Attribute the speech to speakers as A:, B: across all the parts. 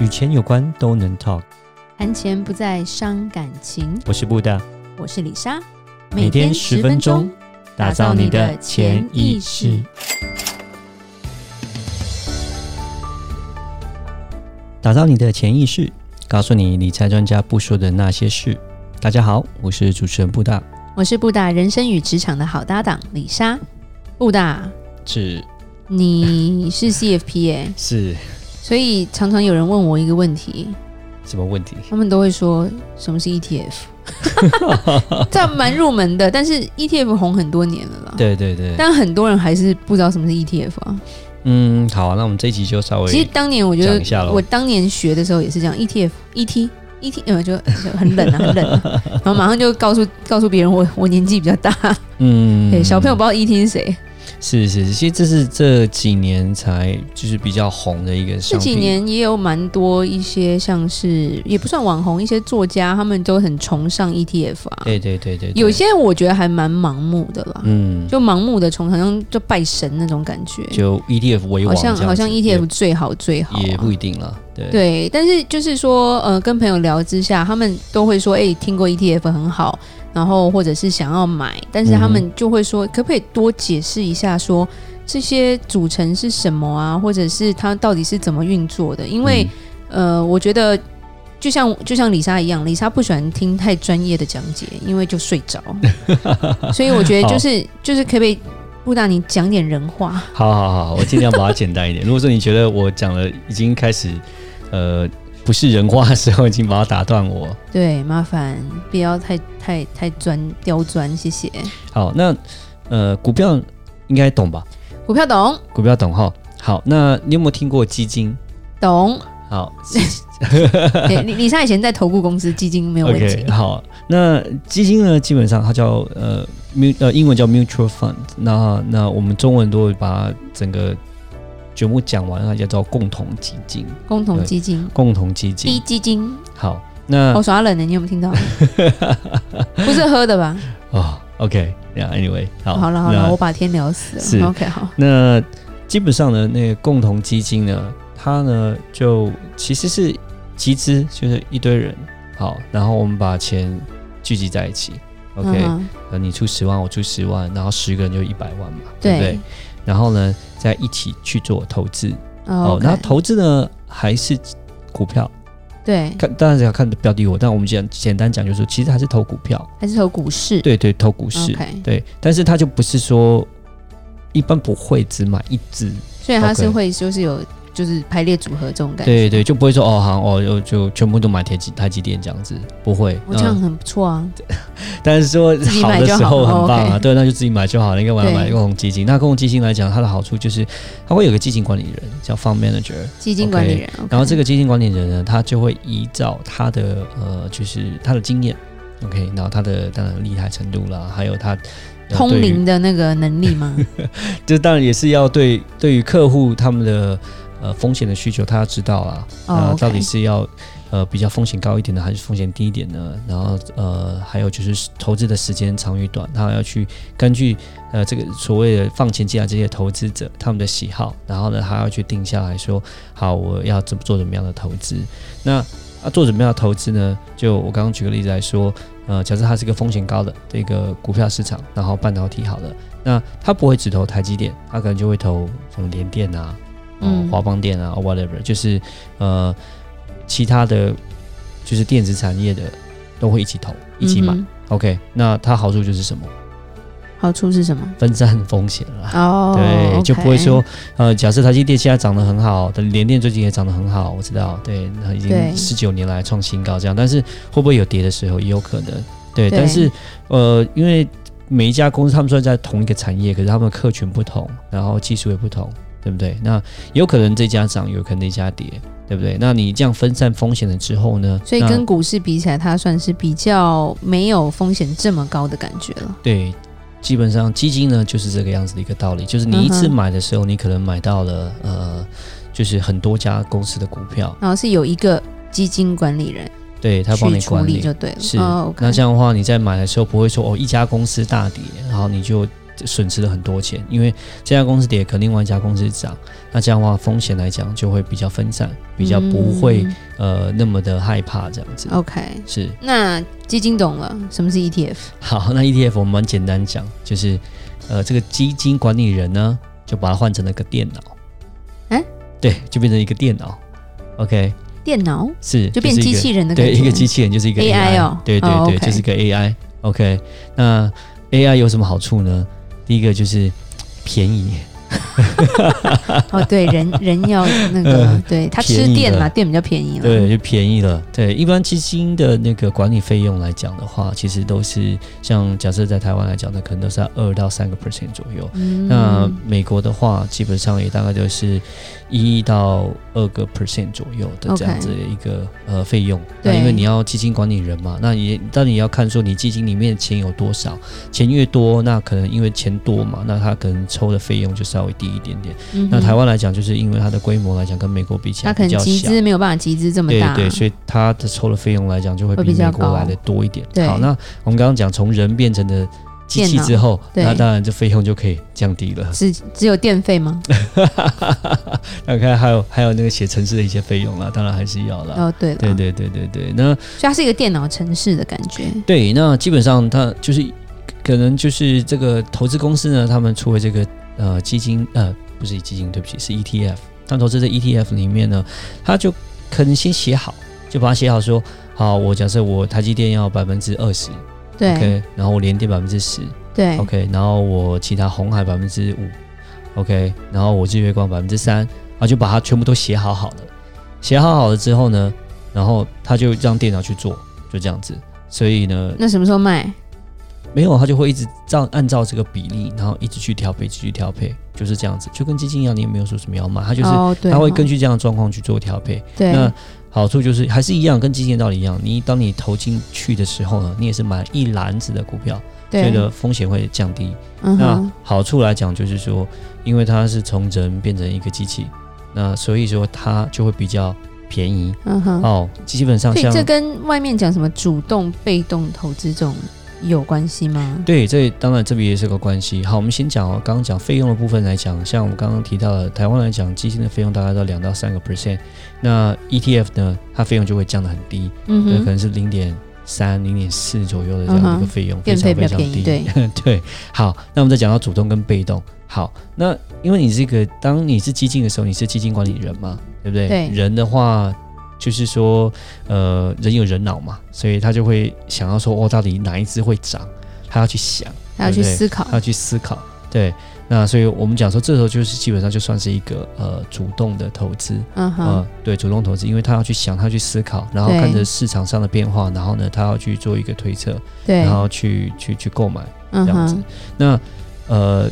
A: 与钱有关都能 talk。
B: 谈钱不再伤感情。
A: 我是布大，
B: 我是李莎，
A: 每天十分钟，打造你的潜意识。打造你的潜意识，告诉你理财专家不说的那些事。大家好，我是主持人布大，
B: 我是布达人生与职场的好搭档李莎。布达，
A: 是
B: 你是 CFP 耶、
A: 是
B: 所以常常有人问我一个问题，
A: 什么问题？
B: 他们都会说什么是 ETF，这样蛮入门的，但是 ETF 红很多年了啦。
A: 对对对，
B: 但很多人还是不知道什么是 ETF 啊。
A: 嗯，好、啊，那我们这一集就稍微
B: 其实当年我觉
A: 讲一下
B: 得，
A: 咯
B: 我当年学的时候也是这样，ETF、ET、ET，呃，就就很冷啊，很冷、 啊，然后马上就告诉告诉别人我我年纪比较大，
A: 嗯
B: 对，小朋友不知道 ET 是谁，
A: 是是是，其实这是这几年才就是比较红的一个
B: 这
A: 商品。
B: 几年也有蛮多一些像是也不算网红，一些作家他们都很崇尚 ETF 啊，
A: 对，对对对对，
B: 有些我觉得还蛮盲目的啦，
A: 嗯，
B: 就盲目的崇尚，像就拜神那种感觉，
A: 就 ETF 为
B: 好
A: 王这
B: 像
A: 样子，
B: 好像 ETF 最好最好、啊
A: 也也不一定了，对
B: 对，但是就是说，呃，跟朋友聊之下，他们都会说，哎、听过 ETF 很好，然后或者是想要买，但是他
A: 嗯
B: 们就会说，可不可以多解释一下说这些组成是什么啊，或者是它到底是怎么运作的？因为、呃，我觉得就像就像李莎一样，李莎不喜欢听太专业的讲解，因为就睡着，所以我觉得就是就是可不可以布达你讲点人话？
A: 嗯好好好，我尽量把它简单一点。如果说你觉得我讲了已经开始呃不是人话的时候，已经把它打断我。
B: 对，麻烦不要太太太钻刁钻，谢谢。
A: 好，那呃股票应该懂吧？
B: 股票懂
A: 股票懂哈。好，那你有没有听过基金？
B: 懂，
A: 好，
B: 对，李李莎以前在投顾公司基金没有问题
A: OK，好，那基金呢，基本上它叫呃 mu 呃英文叫 mutual fund，那那我们中文都会把它整个全部讲完，它叫做共同基金，
B: 共同基金、
A: 共同基
B: 低
A: 金。
B: 基金，
A: 好，那
B: 我、耍冷的，你有没有 听到？不是喝的吧？
A: 哦 o k 那 anyway，好，
B: 好了好
A: 那
B: 了，我把天聊死
A: 是
B: 了。OK，好，
A: 那基本上呢，那个共同基金呢，它呢就其实是集资，就是一堆人，好，然后我们把钱聚集在一起，OK，、
B: 嗯
A: 呃，你出十万，我出十万，然后十个人就一百万嘛，对不
B: 嗯对
A: 对？，然后呢，再一起去做投资
B: 哦
A: 然
B: 那
A: 后投资呢还是股票，
B: 嗯对，
A: 看当然是要看标的物，但我们简简单讲就是，其实还是投股票，
B: 还是投股市，
A: 对对，投股市
B: OK
A: 对，但是它就不是说一般不会只买一只，
B: 所以它是
A: OK
B: 会就是有就是排列组合这种感觉。
A: 对对，就不会说哦好哦就就全部都买台积台积电这样子，不会，
B: 我这样
A: 嗯
B: 很不错啊，
A: 但是说
B: 自己
A: 好
B: 买
A: 的
B: 就
A: 时
B: 好
A: 候
B: 了
A: 很棒啊，
B: OK
A: 对，那就自己买就好了。应该我要
B: 对
A: 买共同基金。那共同基金来讲，它的好处就是它会有个基金管理人叫 fund manager，
B: 基金管理人。
A: 然后这
B: 个
A: 个基金管理人呢，他就会依照他的呃，就是他的经验，OK，然后他的当然厉害程度啦，还有他。呃
B: 通，
A: 对
B: 灵
A: 于
B: 的那个能力吗？
A: 这当然也是要对对于客户他们的呃风险的需求，他要知道啊，
B: 哦
A: 那到底
B: OK
A: 是要呃比较风险高一点的，还是风险低一点呢？然后呃，还有就是投资的时间长与短，他要去根据呃这个所谓的放钱进来这些投资者他们的喜好，然后呢，他要去定下来说，好，我要怎么做怎么样的投资？那啊，做怎么样的投资呢？就我刚刚举个例子来说，呃，假设它是一个风险高的这个股票市场，然后半导体好了，那它不会只投台积电，它可能就会投什么联电啊，嗯，
B: 嗯
A: 华邦电啊，whatever，就是呃，其他的就是电子产业的都会一起投， 一起买。
B: 嗯哼
A: OK，那它好处就是什么？
B: 好处是什么？
A: 分散风险啦。
B: 哦，
A: 对，就
B: OK
A: 不会说，呃，假设台积电现在涨得很好，但联电最近也涨得很好，我知道，对，那已经
B: 对
A: 十九年来创新高这样，但是会不会有跌的时候也有可能，对，
B: 对
A: 但是呃，因为每一家公司他们虽然在同一个产业，可是他们的客群不同，然后技术也不同，对不对？那有可能这家涨，有可能那家跌，对不对？那你这样分散风险了之后呢？
B: 所以
A: 那
B: 跟股市比起来，它算是比较没有风险这么高的感觉了。
A: 对，基本上基金呢就是这个样子的一个道理，就是你一次
B: 嗯哼
A: 买的时候，你可能买到了呃，就是很多家公司的股票，
B: 然后是有一个基金管理人
A: 对他帮
B: 去
A: 你
B: 处
A: 管
B: 理
A: 理。
B: 就对了。
A: 是
B: 哦，OK
A: 那这样的话，你在买的时候不会说哦，一家公司大跌，然后你就损失了很多钱，因为这家公司跌，可另外一家公司涨，那这样的话风险来讲就会比较分散，比较不会、
B: 嗯
A: 呃那么的害怕这样子。
B: OK，
A: 是
B: 那基金懂了什么是 E ETF？
A: 好，那 ETF 我们简单讲，就是呃这个基金管理人呢，就把它换成了个电脑，
B: 啊
A: 对，就变成一个电脑，OK，
B: 电脑
A: 是
B: 就变
A: 是一
B: 机
A: 个
B: 器人的感
A: 对，
B: 觉，
A: 一个机器人就是一个
B: AI
A: AI，,
B: 哦
A: 对对对，
B: 哦，OK
A: 就是一个 AI。OK，那 AI 有什么好处呢？第一个就是便宜，
B: 哦，对，人人要那个
A: 呃，
B: 对他吃
A: 便宜
B: 电嘛，
A: 了
B: 电比较便宜了。
A: 对，就便宜了。对，一般基金的那个管理费用来讲的话，其实都是像假设在台湾来讲的，可能都是在二到三个 percent 左右。
B: 嗯，
A: 那美国的话，基本上也大概就是一到二个 percent 左右的
B: OK
A: 这样子的一个呃费用。那
B: 对
A: 因为你要基金管理人嘛，那也但你要看说你基金里面钱有多少，钱越多，那可能因为钱多嘛，那他可能抽的费用就稍微低一点点。
B: 嗯哼
A: 那台湾来讲，就是因为它的规模来讲跟美国比起
B: 他
A: 来
B: 可
A: 比
B: 能
A: 较
B: 集
A: 小。
B: 资没有办法集资这么
A: 对
B: 大，
A: 对，所以它的抽的费用来讲就会
B: 会
A: 比
B: 比较
A: 美国
B: 高
A: 来的多一点。
B: 对
A: 好，那我们刚刚讲从人变成了机器
B: 电脑
A: 之后，
B: 对
A: 那当然这费用就可以降低了。
B: 只只有电 费吗？
A: 那看还有还有那个写程式的一些费用啦，当然还是要啦。
B: 哦，对了，
A: 对，对对对对，那
B: 所以它是一个电脑城市的感觉。
A: 对那基本上它就是可能就是这个投资公司呢，他们出了这个呃基金呃不是基金，对不起是 E ETF。当投资在 ETF 里面呢，它就可能先写好，就把它写好说，好，我假设我台积电要百分之二十
B: 对
A: ，OK，然后我联电百分之十
B: 对
A: ，OK，然后我其他红海百分之五，OK，然后我日月光百分之三，啊，就把它全部都写好好了。写好好了之后呢，然后他就让电脑去做，就这样子。所以呢，
B: 那什么时候卖？
A: 没有他就会一直照按照这个比例，然后一直去调配，一直去调配，就是这样子。就跟基金一样，你也没有说什么要卖，他就是、
B: 哦，对哦，
A: 他会根据这样的状况去做调配。
B: 对
A: 那好处就是还是一样，跟基金的道理一样，你当你投进去的时候呢，你也是买一篮子的股票，所以
B: 对
A: 呢风险会降低。
B: 嗯
A: 那
B: 哼，
A: 好处来讲，就是说，因为它是从人变成一个机器，那所以说它就会比较便宜
B: 嗯哼，
A: 哦。基本上
B: 所以
A: 像
B: 这跟外面讲什么主动、被动投资这种有关系吗？
A: 对，这当然这边也是个关系。好，我们先讲哦，刚刚讲费用的部分来讲，像我们刚刚提到的，台湾来讲，基金的费用大概到两到三个 percent，那 ETF 呢，它费用就会降得很低，
B: 嗯
A: 对，可
B: 哼，
A: 能是零点。三零点四左右的这样的一
B: 嗯
A: 个
B: 哼
A: 费用，非
B: 电
A: 常
B: 费比
A: 非常
B: 较便宜，
A: 低。
B: 对，
A: 对，好，那我们再讲到主动跟被动。好，那因为你这个，当你是基金的时候，你是基金管理人嘛，对不对？
B: 对
A: 人的话，就是说，呃，人有人脑嘛，所以他就会想要说，哦，到底哪一只会涨，他要去想，
B: 还要去
A: 对对
B: 思考
A: 他。要去思考。对，那所以我们讲说，这时候就是基本上就算是一个呃主动的投资。
B: 嗯
A: 啊
B: 哼，，
A: 对，主动投资，因为他要去想，他要去思考，然后
B: 对
A: 看着市场上的变化，然后呢，他要去做一个推测，
B: 对
A: 然，后去去去购买。
B: 嗯
A: 这样子
B: 哼，。
A: 那呃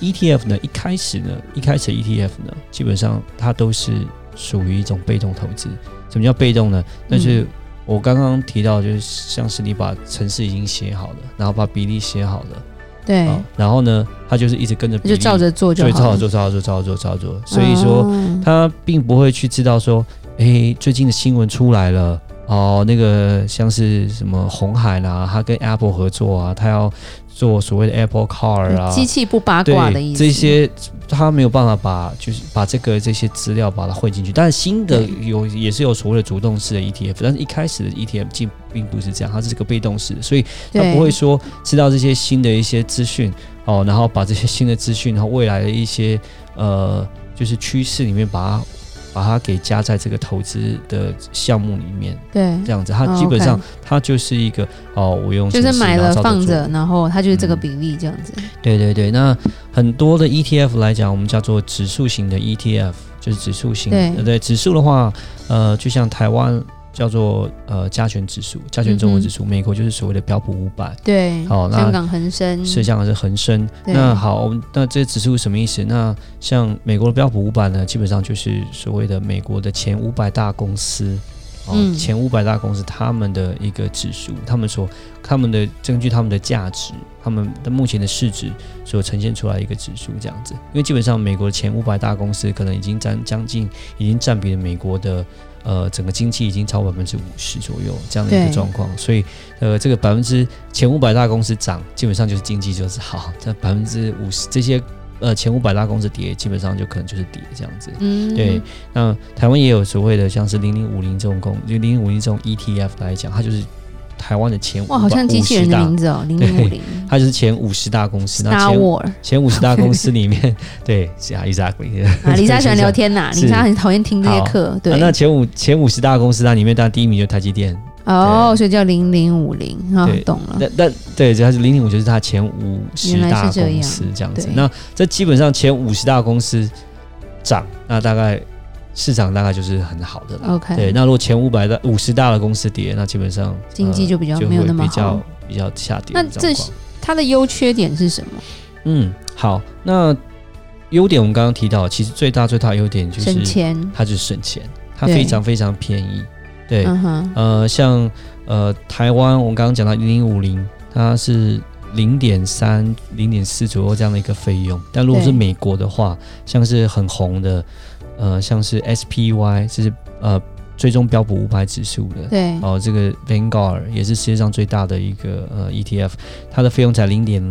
A: ，ETF 呢，一开始呢，一开始 ETF 呢，基本上它都是属于一种被动投资。什么叫被动呢？那
B: 嗯
A: 就是我刚刚提到，就是像是你把城市已经写好了，然后把比例写好了，
B: 对，
A: 啊然后呢，它就是一直跟着
B: 那
A: 比
B: 就
A: 例，
B: 照着做就
A: 对，
B: 好
A: 照着
B: 了。
A: 做，照着做，照着做，照着做。所以说，
B: 哦
A: 他并不会去知道说，诶，最近的新闻出来了。哦，那个像是什么红海啦，他跟 Apple 合作啊，他要做所谓的 Apple Car 啊，
B: 机器不八卦的意
A: 对这
B: 思。
A: 些他没有办法把就是把这个这些资料把它汇进去。但是新的
B: 对
A: 有也是有所谓的主动式的 ETF，但是一开始的 ETF 并并不是这样，它是个被动式的，所以他
B: 对
A: 不会说知道这些新的一些资讯哦，然后把这些新的资讯，然后未来的一些呃，就是趋势里面把它把它给加在这个投资的项目里面，
B: 对，
A: 这样子，它
B: 哦
A: 基本上
B: OK
A: 它就是一个哦，我用
B: 就是
A: 程式
B: 买
A: 然
B: 了
A: 后照
B: 放
A: 做
B: 着，然后它就是这个
A: 嗯
B: 比例这样子。
A: 对对对，那很多的 ETF 来讲，我们叫做指数型的 ETF，就是指数型。
B: 对
A: 呃对，指数的话，呃，就像台湾叫做呃加权指数、加权综合指
B: 嗯
A: 数，美国就是所谓的标普五百。
B: 对，
A: 好那
B: 香港恒生
A: 是像是恒生，
B: 对
A: 那好，我们那这指数是什么意思？那像美国的标普五百呢，基本上就是所谓的美国的前五百大公司，哦，
B: 嗯
A: 前五百大公司他们的一个指数，他们所他们的根据他们的价值，他们的目前的市值所呈现出来一个指数这样子。因为基本上美国的前五百大公司可能已经占将近已经占比了美国的呃整个经济已经超百分之五十左右这样的一个
B: 对
A: 状况，所以呃这个百分之前五百大公司涨，基本上就是经济就是好，但百分之五十这些呃前五百大公司跌，基本上就可能就是跌这样子。
B: 嗯，
A: 对，那台湾也有所谓的像是零零五零这种公，就零零五零这种 ETF 来讲，它就是台湾的前五
B: 哇，好像机器人的
A: 大
B: 名，字哦，零零五零
A: 它就是前五十大公司。那
B: ，Star
A: 前
B: War
A: 前五十大公司里面，对，是啊，exactly。
B: 啊，李莎喜欢聊天呐，
A: 是
B: 李莎很讨厌听这些课，
A: 啊
B: 对，
A: 那前五前五十大公司，它里面当然第一名就是台积电，
B: 哦，
A: 对
B: 所以叫零零五零，啊
A: 对，
B: 懂了，
A: 那那对，它是零零五，就是它前五十
B: 原来
A: 大
B: 是这样
A: 公司这样子
B: 对。
A: 那这基本上前五十大公司涨，那大概市场大概就是很好的啦。
B: OK
A: 对，那如果前五百的五十大的公司跌，那基本上
B: 经济就比较
A: 呃就
B: 没有
A: 会
B: 那么
A: 比较
B: 好。
A: 比较下跌
B: 那
A: 的状况。
B: 这些它的优缺点是什么？
A: 嗯，好，那优点我们刚刚提到，其实最大最大的优点呃就
B: 省
A: 是
B: 钱，
A: 它就是省钱，它
B: 对
A: 非常非常便宜。对，
B: 嗯哼，
A: 呃，像呃台湾，我们刚刚讲到零零五零，它是零点三、零点四左右这样的一个费用。但如果是
B: 对
A: 美国的话，像是很红的，呃，像是 SPY，就是呃追踪标普五百指数的。
B: 对，
A: 哦，这个 Vanguard 也是世界上最大的一个呃 ETF，它的费用才零点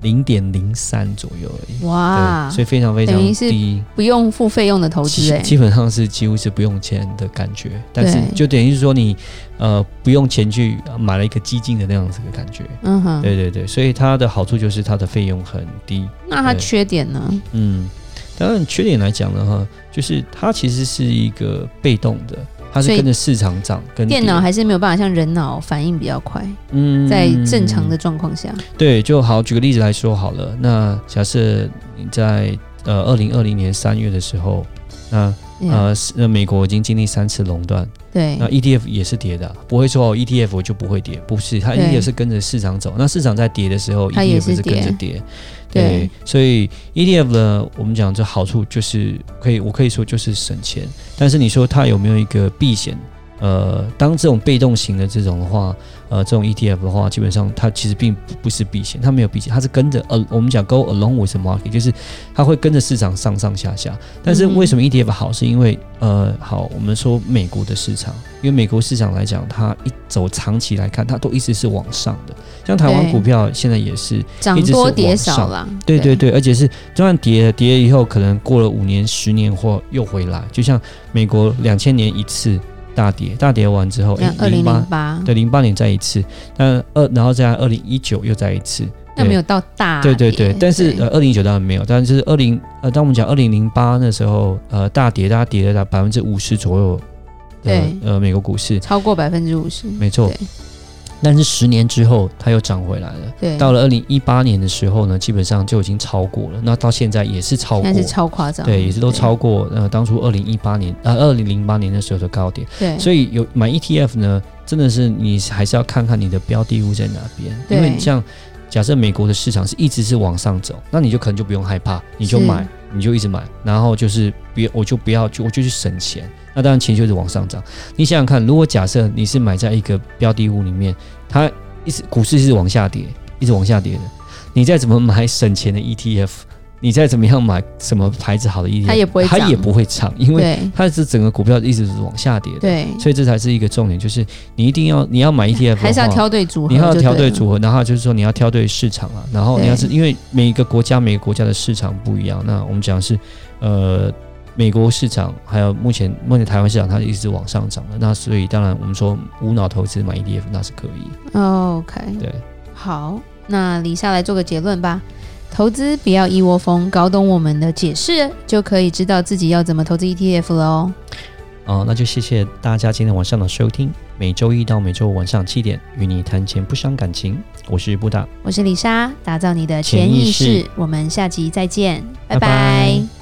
A: 零点零三左右而已，
B: 哇
A: 对，，所以非常非常
B: 啊等于是
A: 低。
B: 不用付费用的投
A: 其
B: 资，
A: 实
B: 哎，
A: 基本上是几乎是不用钱的感觉，但是
B: 对
A: 就等于是说你呃不用钱去买了一个基金的那样子的感觉。
B: 嗯哼，
A: 对对对，所以它的好处就是它的费用很低。
B: 那它
A: 对
B: 缺点呢？
A: 嗯，当然缺点来讲的话，就是它其实是一个被动的，它是
B: 所以
A: 跟着市场涨，跟
B: 电
A: 跌
B: 脑还是没有办法像人脑反应比较快，
A: 嗯
B: 在正常的状况下，
A: 对，就好，举个例子来说好了。那假设你在呃二零二零年三月的时候，那
B: 嗯
A: 呃是那美国已经经历三次垄断，
B: 对
A: 那 ETF 也是跌的啊，不会说哦 ETF 我就不会跌，不是，它
B: 对
A: ETF 是跟着市场走。那市场在跌的时候
B: 它也
A: ，ETF
B: 是
A: 是跟着
B: 跌
A: 跌。
B: 对，
A: 所以 ETF 呢，我们讲这好处就是可以，我可以说就是省钱，但是你说它有没有一个避险？呃，当这种被动型的这种的话，呃，这种 ETF 的话，基本上它其实并不不是避险，它没有避险，它是跟着呃，我们讲 go along with the market，就是它会跟着市场上上下下。但是
B: 嗯哼
A: 为什么 ETF 好？是因为呃，好，我们说美国的市场，因为美国市场来讲，它一走长期来看，它都一直是往上的。像台湾
B: 对
A: 股票现在也是，
B: 涨
A: 一直是
B: 多
A: 往
B: 跌
A: 上
B: 少啦，
A: 对对对，而且是就算跌了跌了以后，可能过了五年、十年或又回来，就像美国两千年一次大跌，大跌完之后，
B: 像二零零
A: 哦八
B: 八，
A: 对零八年再一次，但二然后再二零一九又再一次，
B: 那没有到大
A: 对
B: 跌，
A: 对对，但是呃，二零一九当然没有，但是二零呃，当我们讲二零零八那时候，呃，大跌，大家跌了百分之五十左右的
B: 对
A: 呃美国股市，
B: 超过百分之五十，
A: 没错
B: 对。
A: 但是十年之后，它又涨回来了。
B: 对，
A: 到了二零一八年的时候呢，基本上就已经超过了。那到现在也是超过
B: 那，是超夸张，
A: 对，也是都超过呃当初二零一八年呃二零零八年那时候的高点。
B: 对，对
A: 所以有买 ETF 呢，真的是你还是要看看你的标的物在哪边，
B: 对
A: 因为你像假设美国的市场是一直是往上走，那你就可能就不用害怕，你就是买，你就一直买，然后就是别我就不要就我就去省钱，那当然钱就是往上涨。你想想看，如果假设你是买在一个标的物里面，它一直股市一直往下跌，一直往下跌的，你再怎么买省钱的 ETF。你再怎么样买什么牌子好的 ETF，
B: 它也不会
A: 它
B: 涨
A: 也不会涨，因为
B: 对
A: 它是整个股票一直是往下跌的。
B: 对，
A: 所以这才是一个重点，就是你一定要你要买 E ETF，的话
B: 还是要，挑对组合，
A: 你要挑对，组合，然后就是说你要挑对市场啊，然后
B: 对
A: 你要是因为每一个国家每个国家的市场不一样，那我们讲的是呃美国市场还有目前目前台湾市场它一直往上涨的，那所以当然我们说无脑投资买 ETF 那是可以，
B: OK，
A: 对，
B: 好，那李莎来做个结论吧。投资不要一窝蜂，搞懂我们的解释，就可以知道自己要怎么投资 ETF 了哦。
A: 哦、那就谢谢大家今天晚上的收听，每周一到每周五晚上七点与你谈钱不伤感情，我是布达。
B: 我是李莎，打造你的
A: 潜
B: 潜
A: 意
B: 意识。
A: 识
B: 我们下集再见，
A: 拜
B: 拜拜
A: 拜